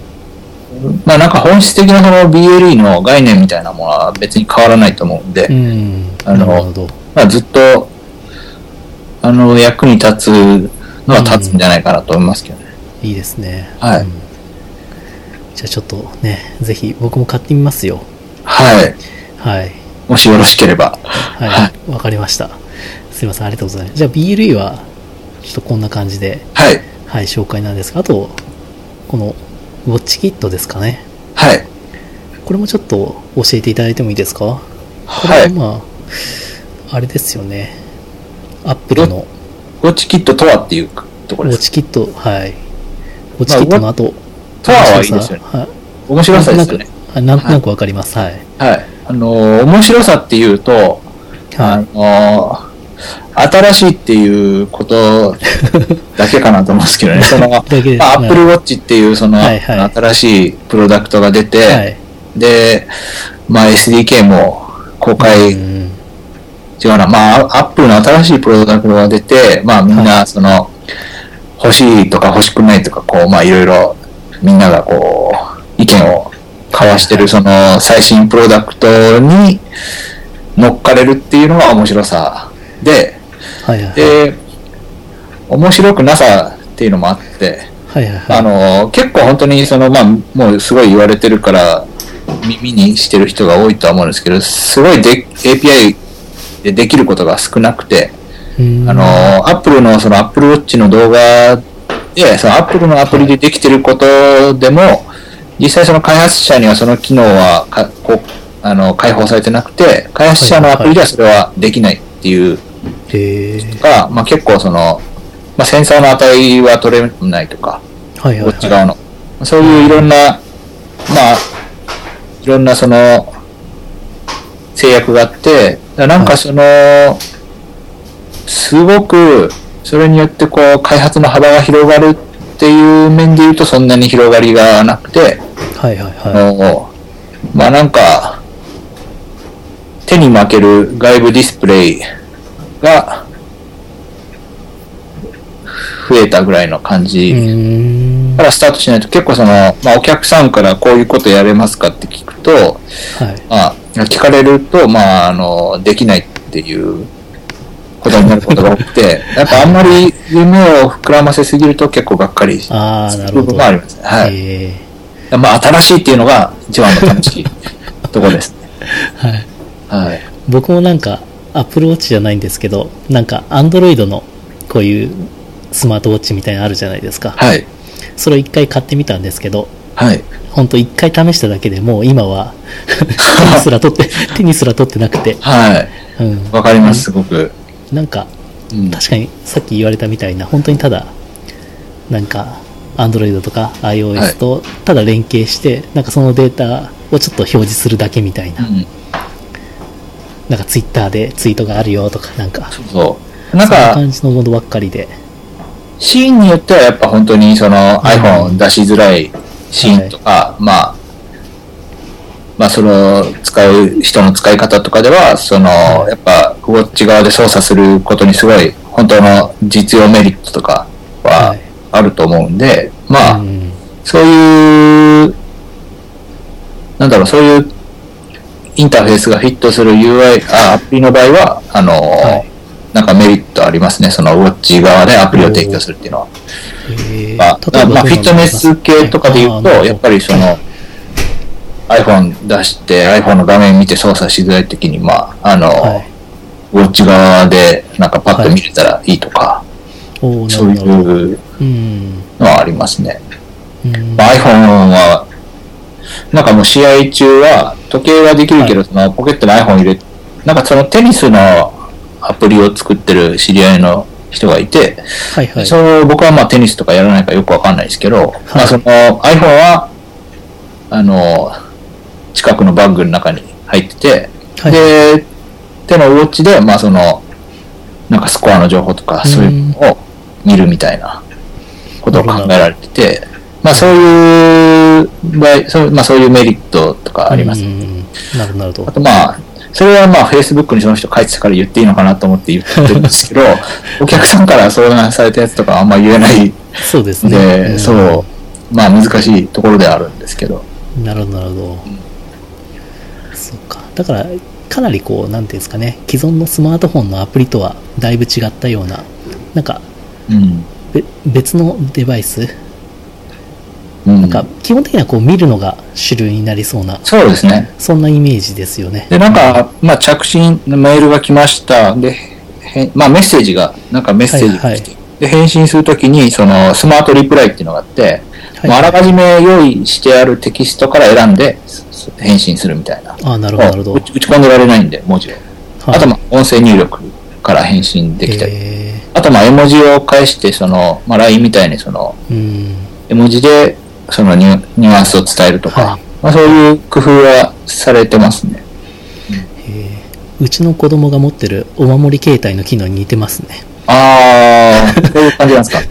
まあなんか本質的なその BLE の概念みたいなものは別に変わらないと思うんで、
うん。
あ
な
の
るほど。
まあずっと、あの、役に立つのは立つんじゃないかなと思いますけどね。
いいですね。
はい
うんじゃあちょっとね、ぜひ僕も買ってみますよ。
はい。
はい。
もしよろしければ。
は。い。わかりました。すいません、ありがとうございます。じゃあ BLE は、ちょっとこんな感じで、
はい。
はい、紹介なんですが、あと、この、ウォッチキットですかね。
はい。
これもちょっと教えていただいてもいいですかこ
は。
れはいまあ、あれですよね。アップルの
ウォッチキットとはっていうとこ
ウォ
ろ
ッ
です。
チキット、はい。ウォッチキットの後、
とははいいですよね。
はい。
面白さですよ
な
ね
ん。となく、あなんとなくわかります。はい。
はい。あの、面白さっていうと、
は
あ
い。
の新しいっていうことだけかなと思うんですけどね。その、まあ、
だけです。
Apple Watch っていうその、
はいはい
新しいプロダクトが出て、
はい。
で、まあ SDK も公開、違
うん
うな、まあ Apple の新しいプロダクトが出て、まあみん
は
なその、欲しいとか欲しくないとか、こう、まあいろいろみんながこう、意見を交わしてるその最新プロダクトに乗っかれるっていうのが面白さで、
はいはいはい。
で、面白くなさっていうのもあって、
はいはいはい。
あの、結構本当にその、まあ、もうすごい言われてるから、耳にしてる人が多いとは思うんですけど、すごいで API でできることが少なくて、
うん
あの、Apple のその Apple Watch の動画で、その Apple のアプリでできてることでも、実際その開発者にはその機能はかこうあの開放されてなくて、開発者のアプリではそれはできないっていう
へー
が、まあ、結構その、まあ、センサーの値は取れないとか、
はい
こ
は
っち
いは
側の。そういういろんな、まあ、いろんなその、制約があって、だからなん
は
か
い
その、すごく、それによってこう、開発の幅が広がるっていう面で言うと、そんなに広がりがなくて、
い。はいはい
あ
は
のまあなんか、手に負ける外部ディスプレイが、増えたぐらいの感じ
い。うーん。
からスタートしないと結構その、まあ、お客さんからこういうことやれますかって聞くと、
はい。
まあ、聞かれると、まあ、あの、できないっていうこことになることが多く て、やっぱあんまり夢を膨らませすぎると結構がっかりする
ああ、なる
部
ほ
分
ど。
もありますね。はい。
え
まあ、新しいっていうのが一番の楽 しいとこですね。
ーはい。
はい。
僕もなんか、Apple Watch じゃないんですけど、なんか、Android のこういうスマートウォッチみたいなのあるじゃないですか。
はい。
それを一回買ってみたんですけど、
はい。
ほんと一回試しただけでもう今は 手にすら 取って、手にすら取ってなくて、
はい。
うん。
わかります、すごく。
なんか、
うん。
確かにさっき言われたみたいな、本当にただ、なんか、Android とか
はい
iOS とただ連携して、なんかそのデータをちょっと表示するだけみたいな、
うん
なんか Twitter でツイートがあるよとか、なんか、
そうそう。なん
そんな
か、
感じのものばっかりで、
シーンによってはやっぱ本当にその
い
iPhone 出しづらいシーンとか、まあ、まあその使う人の使い方とかでは、そのやっぱウォッチ側で操作することにすごい本当の実用メリットとか
は
はいあると思うんで、まあ、
うん、
そういう、なんだろう、そういうインターフェースがフィットする UI、あアプリの場合は、あの、
はい
なんかメリットありますね、そのウォッチ側でアプリを提供するっていうのは。
えー
まあ、
例えば
まあ
ど
フ
う
ィッ
なのか
ト
な
ネス系とかで言うと、
あーなるほど
やっぱりその、iPhone 出して iPhone の画面見て操作しづらい時に、まあ、あの、
はい、
ウォッチ側でなんかパッと見れたらいいとか、
おー
そう
ないるほどなるほど
う
うん
のはありますね。
うん
まあ iPhone は、なんかもう試合中は、時計はできるけど、そのポケットに iPhone 入れ、なんかそのテニスのアプリを作ってる知り合いの人がいて、
はいはい。
そう僕はまあテニスとかやらないからよくわかんないですけど、まあその iPhone は、あの、近くのバッグの中に入ってて、
はい
で、手のウォッチで、まあその、なんかスコアの情報とか、そういうのを見るみたいなことを考えられてて、まあそういう場合、そうまあそういうメリットとかあります。
うんなるほど、なるほ
あ
ど。
とまあ、それはまあ Facebook にその人書いてたから言っていいのかなと思って言ってるんですけ ど、お客さんから相談されたやつとかはあんま言えない
そうです
の
ね。
で、
ん
そう、まあ難しいところではあるんですけど、
なるほど、なるほど。そっか。だから、かなりこう、なんていうんですかね、既存のスマートフォンのアプリとはだいぶ違ったような、なんか、
うん。
べ別のデバイス、
うん、
なんか、基本的にはこう、見るのが主流になりそうな、
そうですね。
そんなイメージですよね。
で、なんか、まあ着信、メールが来ました。で、へまあメッセージが、なんかメッセージが来て、で、返信するときに、そのスマートリプライっていうのがあって、
はい
まああらかじめ用意してあるテキストから選んで、す返信するみたいな。
ああ、なるほど、なるほど
打。ち打ち込んでられないんで、文字を。あと、
は
まあ、音声入力から返信で
い
きたり。
え
あと、まあ、絵文字を返して、その、まあ、LINE みたいに、その、
ーうん。
絵文字で、そのニュ、ニュアンスを伝えるとか、
はい
まあ、そういう工夫はされてますね。
えーうちの子供が持ってるお守り携帯の機能に似てますね。
あー、そういう感じなんですか。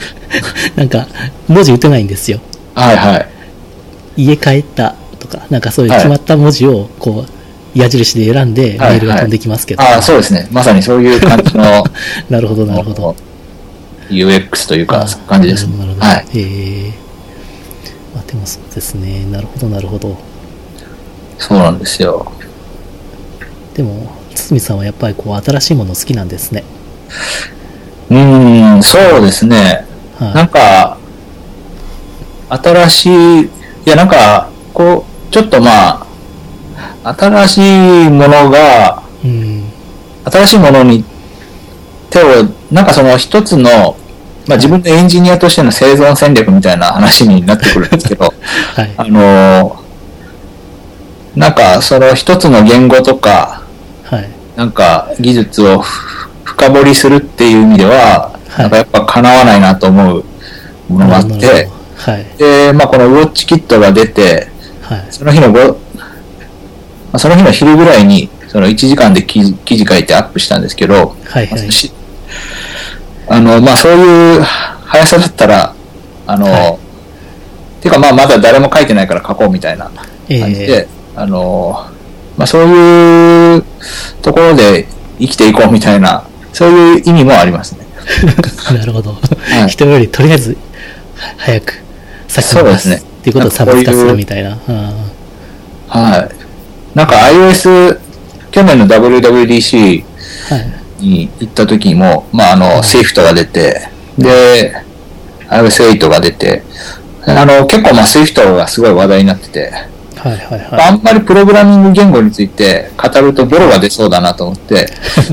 なんか、文字打てないんですよ。
はいはい。
家帰ったとか、なんかそういう
はい
決まった文字を、こう、矢印で選んでメ
はい
ールが飛んできますけど。
あー、そうですね。まさにそういう感じの、
なるほど、なるほど。
UX という
あ
か、
ー
そういう感じです
なるほ
ね。
ど、な
は
る
い
ほ。ど。ええまあ、でもそうですね。なるほど、なるほど。
そうなんですよ。
でも、堤さんはやっぱりこう、新しいもの好きなんですね。
うーん、そうですね。な
は
んか、新しい、いや、なんか、こう、ちょっとまあ、新しいものが、
い。うん。
新しいものに手を、なんかその一つの、まあ自分のエンジニアとしての生存戦略みたいな話になってくるんですけ ど、
はい。
あの、なんかその一つの言語とか、
はい。
なんか技術をふ深掘りするっていう意味では、
はい
なんかやっぱ叶わないなと思うものがあっ
なる
て
ほ、どはい。
で、まあ、このウォッチキットが出て、
はい。
その日のご、まあ、その日の昼ぐらいに、その1時間で記事記事書いてアップしたんですけど、
はい。はい。
しあの、まあ、そういう速さだったら、あの、
は
てかまあ、まだ誰も書いてないから書こうみたいな感
え
じ
え
で、あの、まあ、そういうところで生きていこうみたいな、そういう意味もありますね。
なるほど。
い
人よりとりあえずは早く先
そう
に出
ですすね
っていうことを差別化するみたいな。
はい。なんか iOS、去年の WWDC、
うんはい
に行った時も、まあ、あの、スイフトが出て、で、iOS8 が出て、あの、結構、まあ、スイフトがすごい話題になってて、
はいはいはい。
あんまりプログラミング言語について語るとボロが出そうだなと思 って、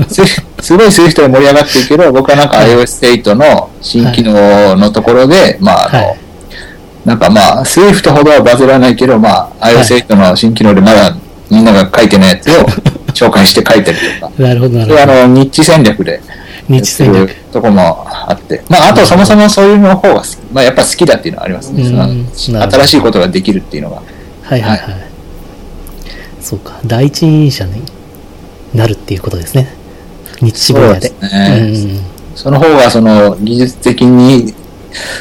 すすごい Swift で盛り上がってるけど、僕はなんか iOS8 の新機能のところで、まあ、あの、
はい
なんかまあ、Swift ほどはバズらないけど、まあ、iOS8 の新機能でまだみんなが書いてないやつを紹介して書いたり とか。
なるほどな
そういうあ
るほど。
の、ニッチ戦略で、
日戦略。
とこもあって。まあ、あとそもそもそういうの方が好き、まあ、やっぱ好きだっていうのはありますね。
うん
そ
なるほ
の
ど
新しいことができるっていうのが。
はいはいはい。そうか。第一人者になるっていうことですね。日志分野で。
そうですね
うん
その方がその技術的に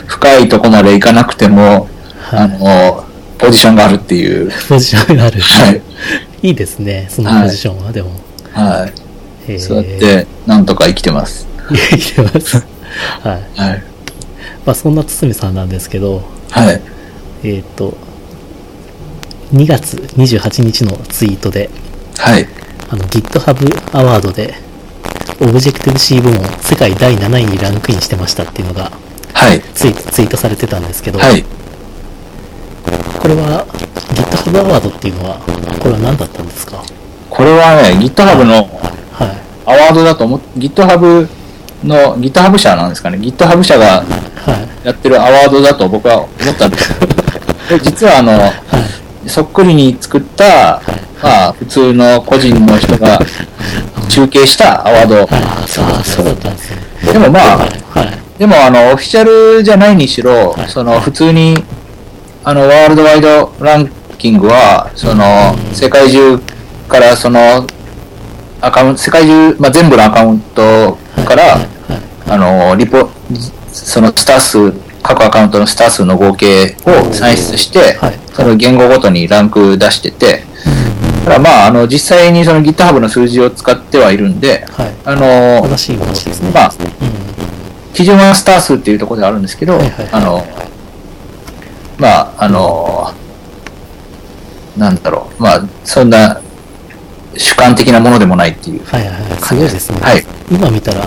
深いとこまでいかなくても、
は
あ
い。
の、ポジションがあるっていう。
ポジションがある。
はい。
いいですね、そのポジションは、でも。
は
へー
い。そうや って、なんとか生きてます。
生きてます。はい。
はい。
まあ、そんな堤さんなんですけど、
はい。
えっ、と、2月28日のツイートで、
はい。
あの、GitHub アワードで、オブジェクティブ C 部門世界第7位にランクインしてましたっていうのが
はい。
ツイツイートされてたんですけど、
はい。
これは GitHub アワードっていうのは、これは何だったんですか
これはね、GitHub の
はい。
アワードだと思っ GitHub の、GitHub 社なんですかね。GitHub 社が
はい。
やってるアワードだと僕は思ったんですけど で実はあの、
はい。
そっくりに作った、まあ、普通の個人の人が中継したアワード。
ああ、そう、そうだったんですね。
でもま
は
あ
い、。はい。
でもあの、オフィシャルじゃないにしろ
は、い
その、普通に、あの、ワールドワイドランキングは、その、世界中から、その、アカウント、世界中、まあ、全部のアカウントから、あの、リポ、そのスター数、各アカウントのスター数の合計を算出して
はい、
その言語ごとにランク出してて、ただまあ、あの、実際にその GitHub の数字を使ってはいるんで、
はい。
あの、
正しい話ですね。
まあ
うん。
基準はスター数っていうところであるんですけど、
はいはい
あの、まあ、あの、なんだろう、まあ、そんな主観的なものでもないっていう。
はいはいはい。すごいですね。
はい。
今見たら、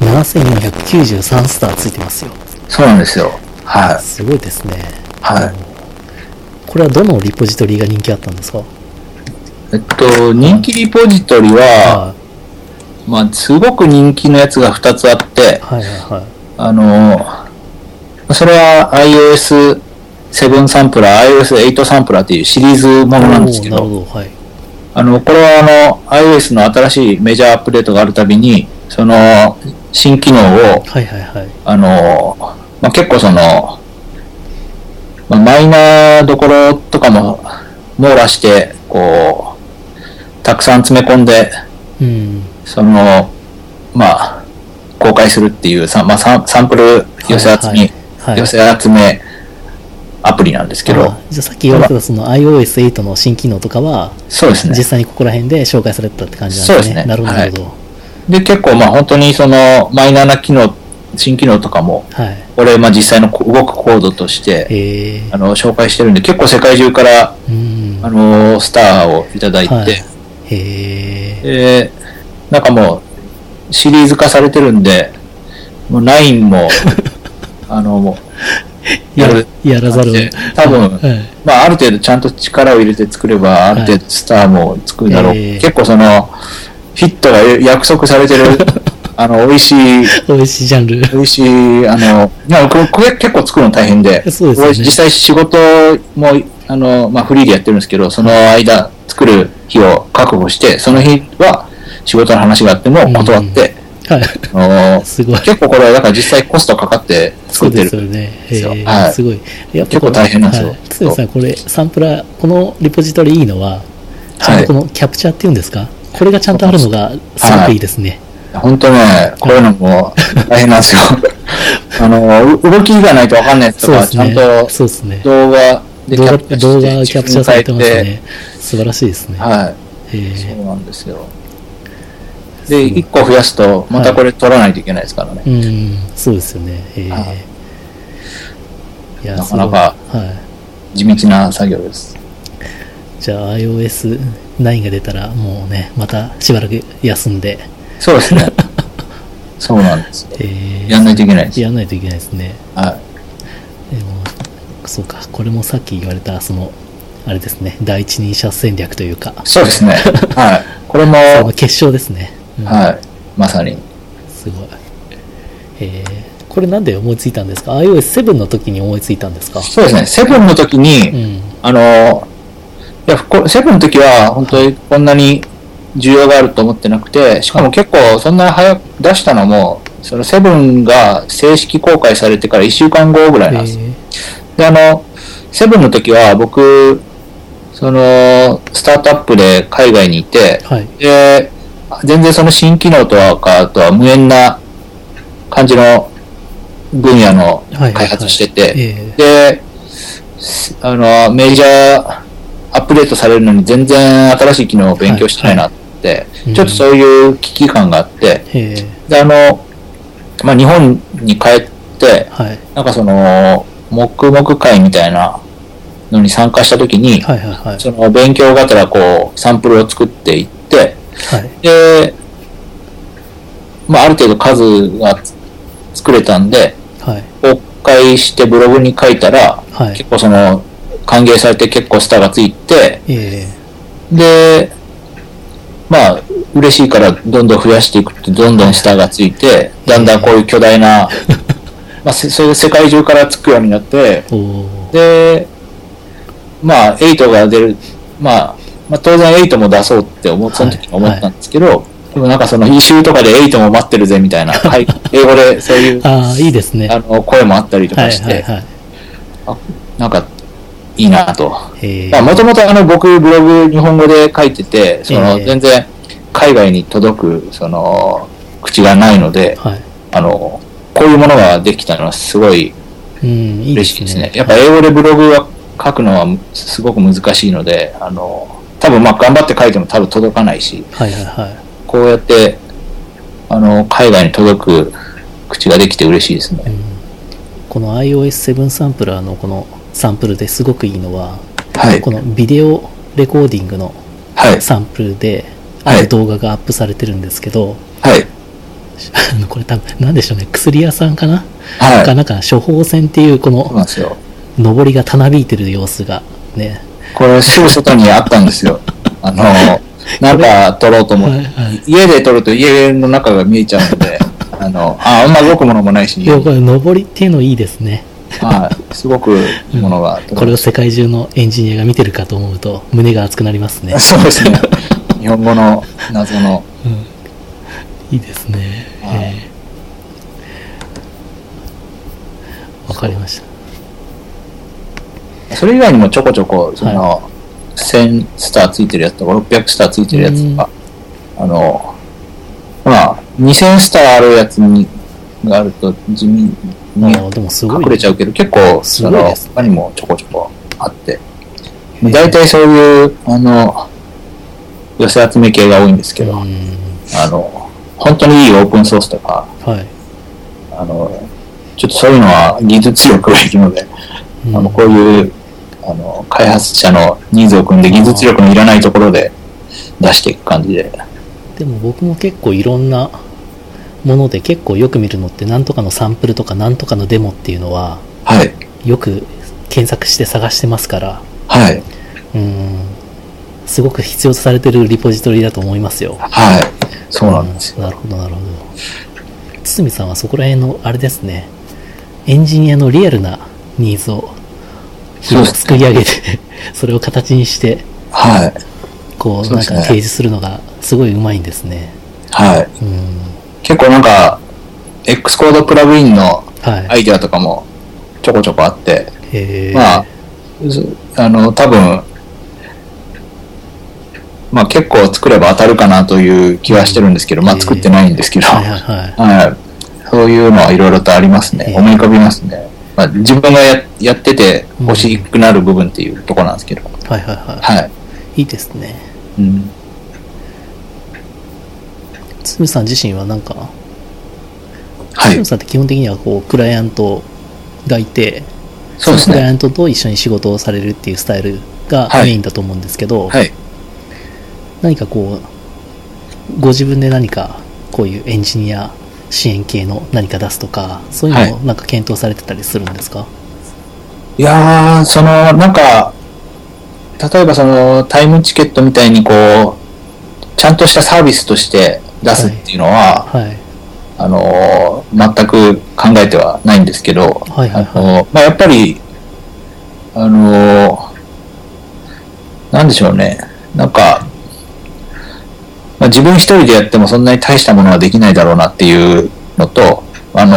7493スターついてますよ。
そうなんですよ。はい。
すごいですね。
はい。
これはどのリポジトリが人気あったんですか
えっと、人気リポジトリは、
は
まあ、すごく人気のやつが2つあって
い、はいはいはい。
あの、それは iOS7 サンプラー、iOS8 サンプラーっていうシリーズものなんですけ
おー
ど
なる、ほど。はい。
あの、これはあの、iOS の新しいメジャーアップデートがあるたびに、その、新機能を、
はいはいはい。
あの、まあ、結構その、まあ、マイナーどころとかも網羅して、こう、たくさん詰め込んで、
うん。
その、まあ、公開するっていう、さまあ、サンサンプル寄せ集め、
はいはい
寄せ集めアプリなんですけ
あ
ど、
ーじゃあさっき言われてたその iOS8 の新機能とかは、
そうですね
実。際にここら辺で紹介されてたって感じなんです
そう
ね。
ですね
なるほど、なるほど。
で、結構まあ本当にそのマイナーな機能、新機能とかも、
はい。
これまあ実際のこ動くコードとして、
え
あ
ー。
の、紹介してるんで、結構世界中から、
うん。
あの、スターをいただいて、
はいへー。
で、なんかもう、シリーズ化されてるんで、もう9も、 あの、もう、
や
や
る
る。、
やらざるを。
多分、
はい。
まあ、ある程度ちゃんと力を入れて作れば、ある程度スターもつくだろう。
ええ
結構その、ヒットが約束され てる、あの、美味しい、
美味しいジャンル。
美味しい、あの、まあ、これこれ結構作るの大変で、
そうですよね
これ実際仕事も、あの、まあ、フリーでやってるんですけど、その間、作る日を確保して、その日は仕事の話があっても断って、
はい。
あの
すごい。
結構これはだから実際コストかかって
そ
作
う
っ
で
て
すよ
る。
ね。
ですよ
へー
はい
すごい。やっぱ
結構大変なんですよ
つねさん、これ、サンプラー、このリポジトリいいのは、ちゃんとこのキャプチャーっていうんですかこれがちゃんとあるのが、すごくいいですね。
本当ね、こういうのも大変なん ですよ。あの、う動きがないとわかんないやつと
そうで
か、
す
ちゃん
ね
と。
そうですね。
動画でキ
動画、
ャプチャーして
動画がキャプチャーされてます。
自分で
ね。素晴らしいですね。
はい。
へー
そうなんですよ。で、1個増やすと、またこれ取らないといけないですからね。
うん、そうですよね。へ
は
え。いや
な
そ
か
れ
な
は
か
はい。
地道な作業です。
じゃあ iOS9 が出たらもうね、またしばらく休んで、
そうですね。 そうなんですよ。
えー
やんないといけないです。
やんないといけないですね。
は
でも、そうか、これもさっき言われた、その、あれですね、第一人者戦略というか、
い。そう ですね。はい。これも、
その決勝ですね。うん
はい。まさに。
すごい。えーこれなんで思いついたんですか ?iOS7 の時に思いついたんですか
そうですね。セブンの時に、
うん。
あの、いや、こセブンの時は、本当にこんなに需要があると思ってなくて、しかも結構、そんなに早く出したのも、そのセブンが正式公開されてから1週間後ぐらいなんです。
え
で、あの、セブンの時は、僕、その、スタートアップで海外にいて、
ーはい。
で、全然その新機能とはかとは無縁な感じの分野の
はいはいはい
開発してて、
え
で、すあの、メジャーアップデートされるのに全然新しい機能を勉強してないなって、
いはい
ちょっとそういう危機感があって、
ーえ
で、あの、まあ、日本に帰って
ー、はい。
なんかその、黙々会みたいなのに参加した時に、
はいはいはい。
その勉強がてらこう、サンプルを作っていって、
はい。
で、まあ、ある程度数が作れたんで、
はい。
公開してブログに書いたら、
はい
結。構その、歓迎されて結構スターがついて、
え
で、まあ、嬉しいからどんどん増やしていくって、どんどんスターがついて、だんだんこういう巨大 な、まあ、せそういう世界中からつくようになって、
ー、おー
で、まあ、8が出る、まあ、まあ、当然8も出そうって思っその時に思ったんですけど、でもなんかその、異臭とかで8も待ってるぜみた いな、はい、英語でそういう、
ああ、いいですね。
あ
は
の、声もあったりとか
い
して、
はいはい。
なんか、いいなと。
えー
もともとあの、僕、ブログ日本語で書いてて、その、
ええ
全然、海外に届く、その、口がないので、
はい。
あの、こういうものができたのはすごい
うん、いいで
嬉しい
す
ですね
ね。。
やっぱ英語でブログは書くのはすごく難しいので、あの、多分まあ頑張って書いても多分届かないし、
はいはいはい。
こうやって、あの、海外に届く口ができて嬉しいですね。
この iOS7 サンプラーのこのサンプルですごくいいのは、
はい
こ。のビデオレコーディングの
はい。
サンプルで、
はい
ある動画がアップされてるんですけど、
はい。
あのこれ多分、なんでしょうね、薬屋さんかな、
はい。
かなんか処方箋っていうこ
そうな
の
んですよ。
上りがたなびいてる様子がね、
これすぐ外にあったん ですよ。あの、なんか撮ろうと思っ
は
て
いはい。
家で撮ると家の中が見えちゃうの で、あの、あ、あんま動くものもないし、
いやこれ上りっていうのいいですね。
はい。すごくものが。
これを世界中のエンジニアが見てるかと思うと胸が熱くなりますね
そうですね。日本語の謎の。
いいですね。
はい
えーわかりました。
それ以外にもちょこちょこ、その、1000スターついてるやつとか、600スターついてるやつとか、あの、まあ、2000スターあるやつに、があると地味に
ああでもすごい
隠れちゃうけど、結構、
す
そ
ごい
の、
です
他にもちょこちょこあって、
え
大体そういう、あの、寄せ集め系が多いんですけど、
うん
あの、本当にいいオープンソースとか、
はい。
あの、ちょっとそういうのは技術力がいるので、
うん
あのこういうあの開発者のニーズを組んで技術力のいらないところで出していく感じで。
でも僕も結構いろんなもので結構よく見るのってなんとかのサンプルとかなんとかのデモっていうのは
はい。
よく検索して探してますから、
はい。
うん、すごく必要とされてるリポジトリだと思いますよ。
はい。そうなんです
うん
よ。
なるほど、なるほど。堤さんはそこら辺の、あれですね、エンジニアのリアルなニーズを
そうですね
作り上げて、それを形にして、
はい。
こう、
そう
な
で
ん
す
か
ね
提示するのがすごいうまいんですね。
はい。
うん。
結構なんか、X コードプラグインの
はい。
アイデアとかもちょこちょこあって、
えー
まあ、ずあの、多分、まあ結構作れば当たるかなという気はしてるんですけど、ま
え
あ
え
作ってないんですけど、
はいはいはい。
はい。そういうのはいろいろとありますね
え。え
思い浮かびますね。まあ、自分がややってて欲しくなる部分っていうところなんですけど。
はいはいは
はい。
い。いいですね。
うん、
堤さん自身はなんか、
はい
堤。さんって基本的にはこう、クライアントがいて、
そうです
クライ
ね。
アントと一緒に仕事をされるっていうスタイルが
はい
メインだと思うんですけど、
はい。
何かこう、ご自分で何かこういうエンジニア支援系の何か出すとか、そういうのをなんか検討されてたりするんですか、
いやー、その、なんか、例えばその、タイムチケットみたいにこう、ちゃんとしたサービスとして出すっていうのは、
はい、
あのー全く考えてはないんですけど、
はいはいは
あ
い
のーまあ、やっぱり、あのーなんでしょうね、なんか、まあ、自分一人でやってもそんなに大したものはできないだろうなっていうのと、あのー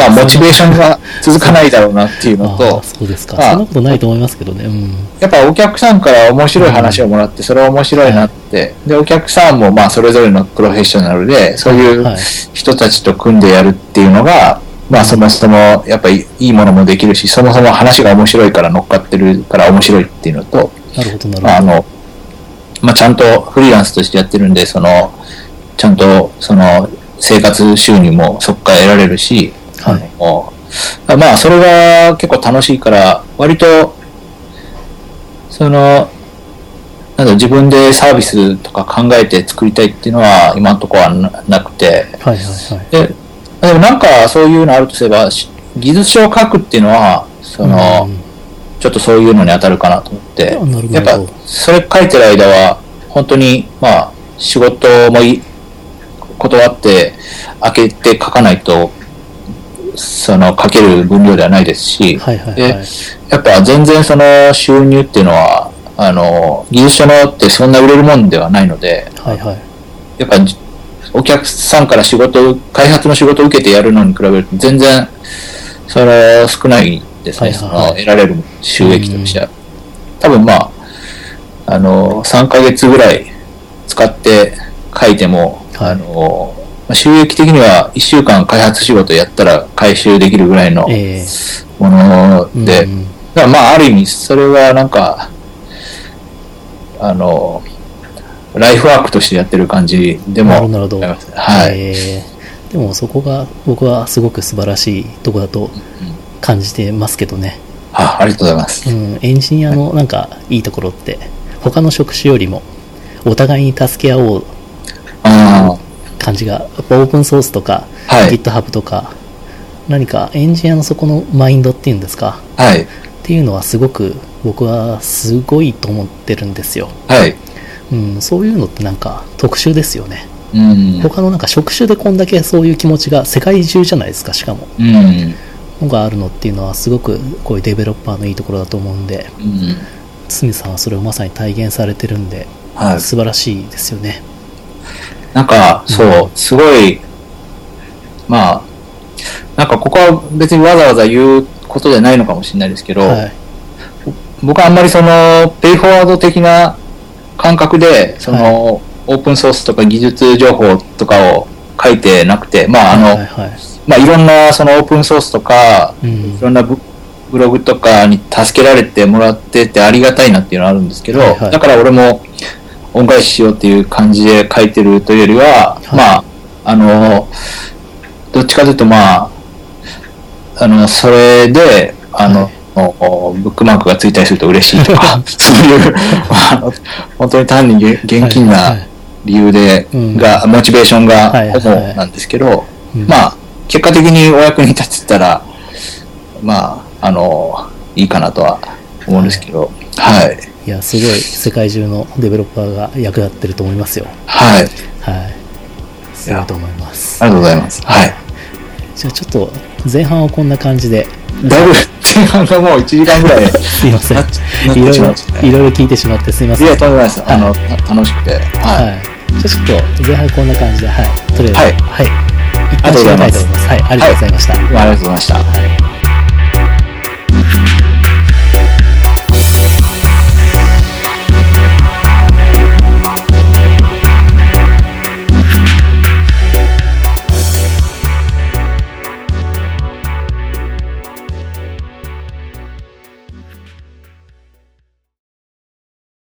まあ、モチベーションが続かないだろうなっていうの
あ
と
あ、そうですか、
まあ
そんなことないと思いますけどね、うん、
やっぱお客さんから面白い話をもらって、それは面白いなって、で、お客さんもまあそれぞれのプロフェッショナルで、そういう
はい
人たちと組んでやるっていうのが、まあそもそもやっぱりいいものもできるし、そもそも話が面白いから乗っかってるから面白いっていうのと、
なるほど、なるほど、
まああの、まあちゃんとフリーランスとしてやってるんで、その、ちゃんとその生活収入もそこから得られるし、
はい
あのまあそれが結構楽しいから、割と、その、なんだ自分でサービスとか考えて作りたいっていうのは今のところはななくて、
はいはいはい、
で、でもなんかそういうのあるとすれば、し技術書を書くっていうのは、その、
うん
ちょっとそういうのに当たるかなと思って、
あなるほど
やっぱそれ書いてる間は、本当に、まあ、仕事もい断って、開けて書かないと、その書ける分量ではないですし、
はいはい
で
はい、
やっぱ全然その収入っていうのは、あの、技術書のってそんな売れるもんではないので、
はいはい、
やっぱじお客さんから仕事を、開発の仕事を受けてやるのに比べると全然、それ少ないですね、
はいはいはい
その得られる収益としては。多分まあ、あの、3ヶ月ぐらい使って書いても、
はい
あの、まあ収益的には1週間開発仕事やったら回収できるぐらいの
ええ
もので、
うん
だからまあ、ある意味、それはなんか、あの、ライフワークとしてやってる感じでも、
なるほどなるほど
はい。
えーでもそこが僕はすごく素晴らしいとこだと感じてますけどね、
あありがとうございます。
うん、エンジニアのなんかいいところって他の職種よりもお互いに助け合おう
あ
感じがやっぱオープンソースとか、
あ、はい。
GitHub とか何かエンジニアのそこのマインドっていうんですか
はい。
っていうのはすごく僕はすごいと思ってるんですよ、
はい。
うん、そういうのってなんか特殊ですよね
うん。
他のなんか職種でこんだけそういう気持ちが世界中じゃないですかしかも
うん。
のがあるのっていうのはすごくこういうデベロッパーのいいところだと思うんで
うん。
堤さんはそれをまさに体現されてるんで
はい。
素晴らしいですよね
なんか、そう
う、
すごい、まあ、なんかここは別にわざわざ言うことじゃないのかもしれないですけど、
はい
僕はあんまりその、ペイフォワード的な感覚で、その、オープンソースとか技術情報とかを書いてなくて、まああの、
はいはいはい
まあいろんなそのオープンソースとか、
うん
いろんなブブログとかに助けられてもらっててありがたいなっていうのはあるんですけど、
はいはい
だから俺も恩返ししようっていう感じで書いてるというよりは、
はい
まあ、あの、どっちかというとまあ、あの、それで、あの、おブックマークがついたりすると嬉しいとか、 そういう、まあ、本当に単に現現金
はいはいは
ない理由で、
うん
が、モチベーションが
はいはい
主なんですけど、
うん
まあ、結果的にお役に立てたら、まあ、あの、いいかなとは思うんですけど、はい。
いやすごい世界中のデベロッパーが役立ってると思いますよ
はい。あり
はいすごいと思います
がとうございます。はい。
じゃあちょっと前半はこんな感じで
だいぶ、前半がもう1時間ぐらい。い
すいません
なっなっ
いろ
て
い
し
ろ
ま
い
った
ろいろ聞いてしまってすいません
や、とんでもないです。あの、た楽しくて。はい。
はいじゃあちょっと前半こんな感じではいとりあえず
はい
はい一
ありがとう
旦締
ござ
め
い
た
ま
い
す
と思いますはいありがとうございました
ありがとうございました。
はい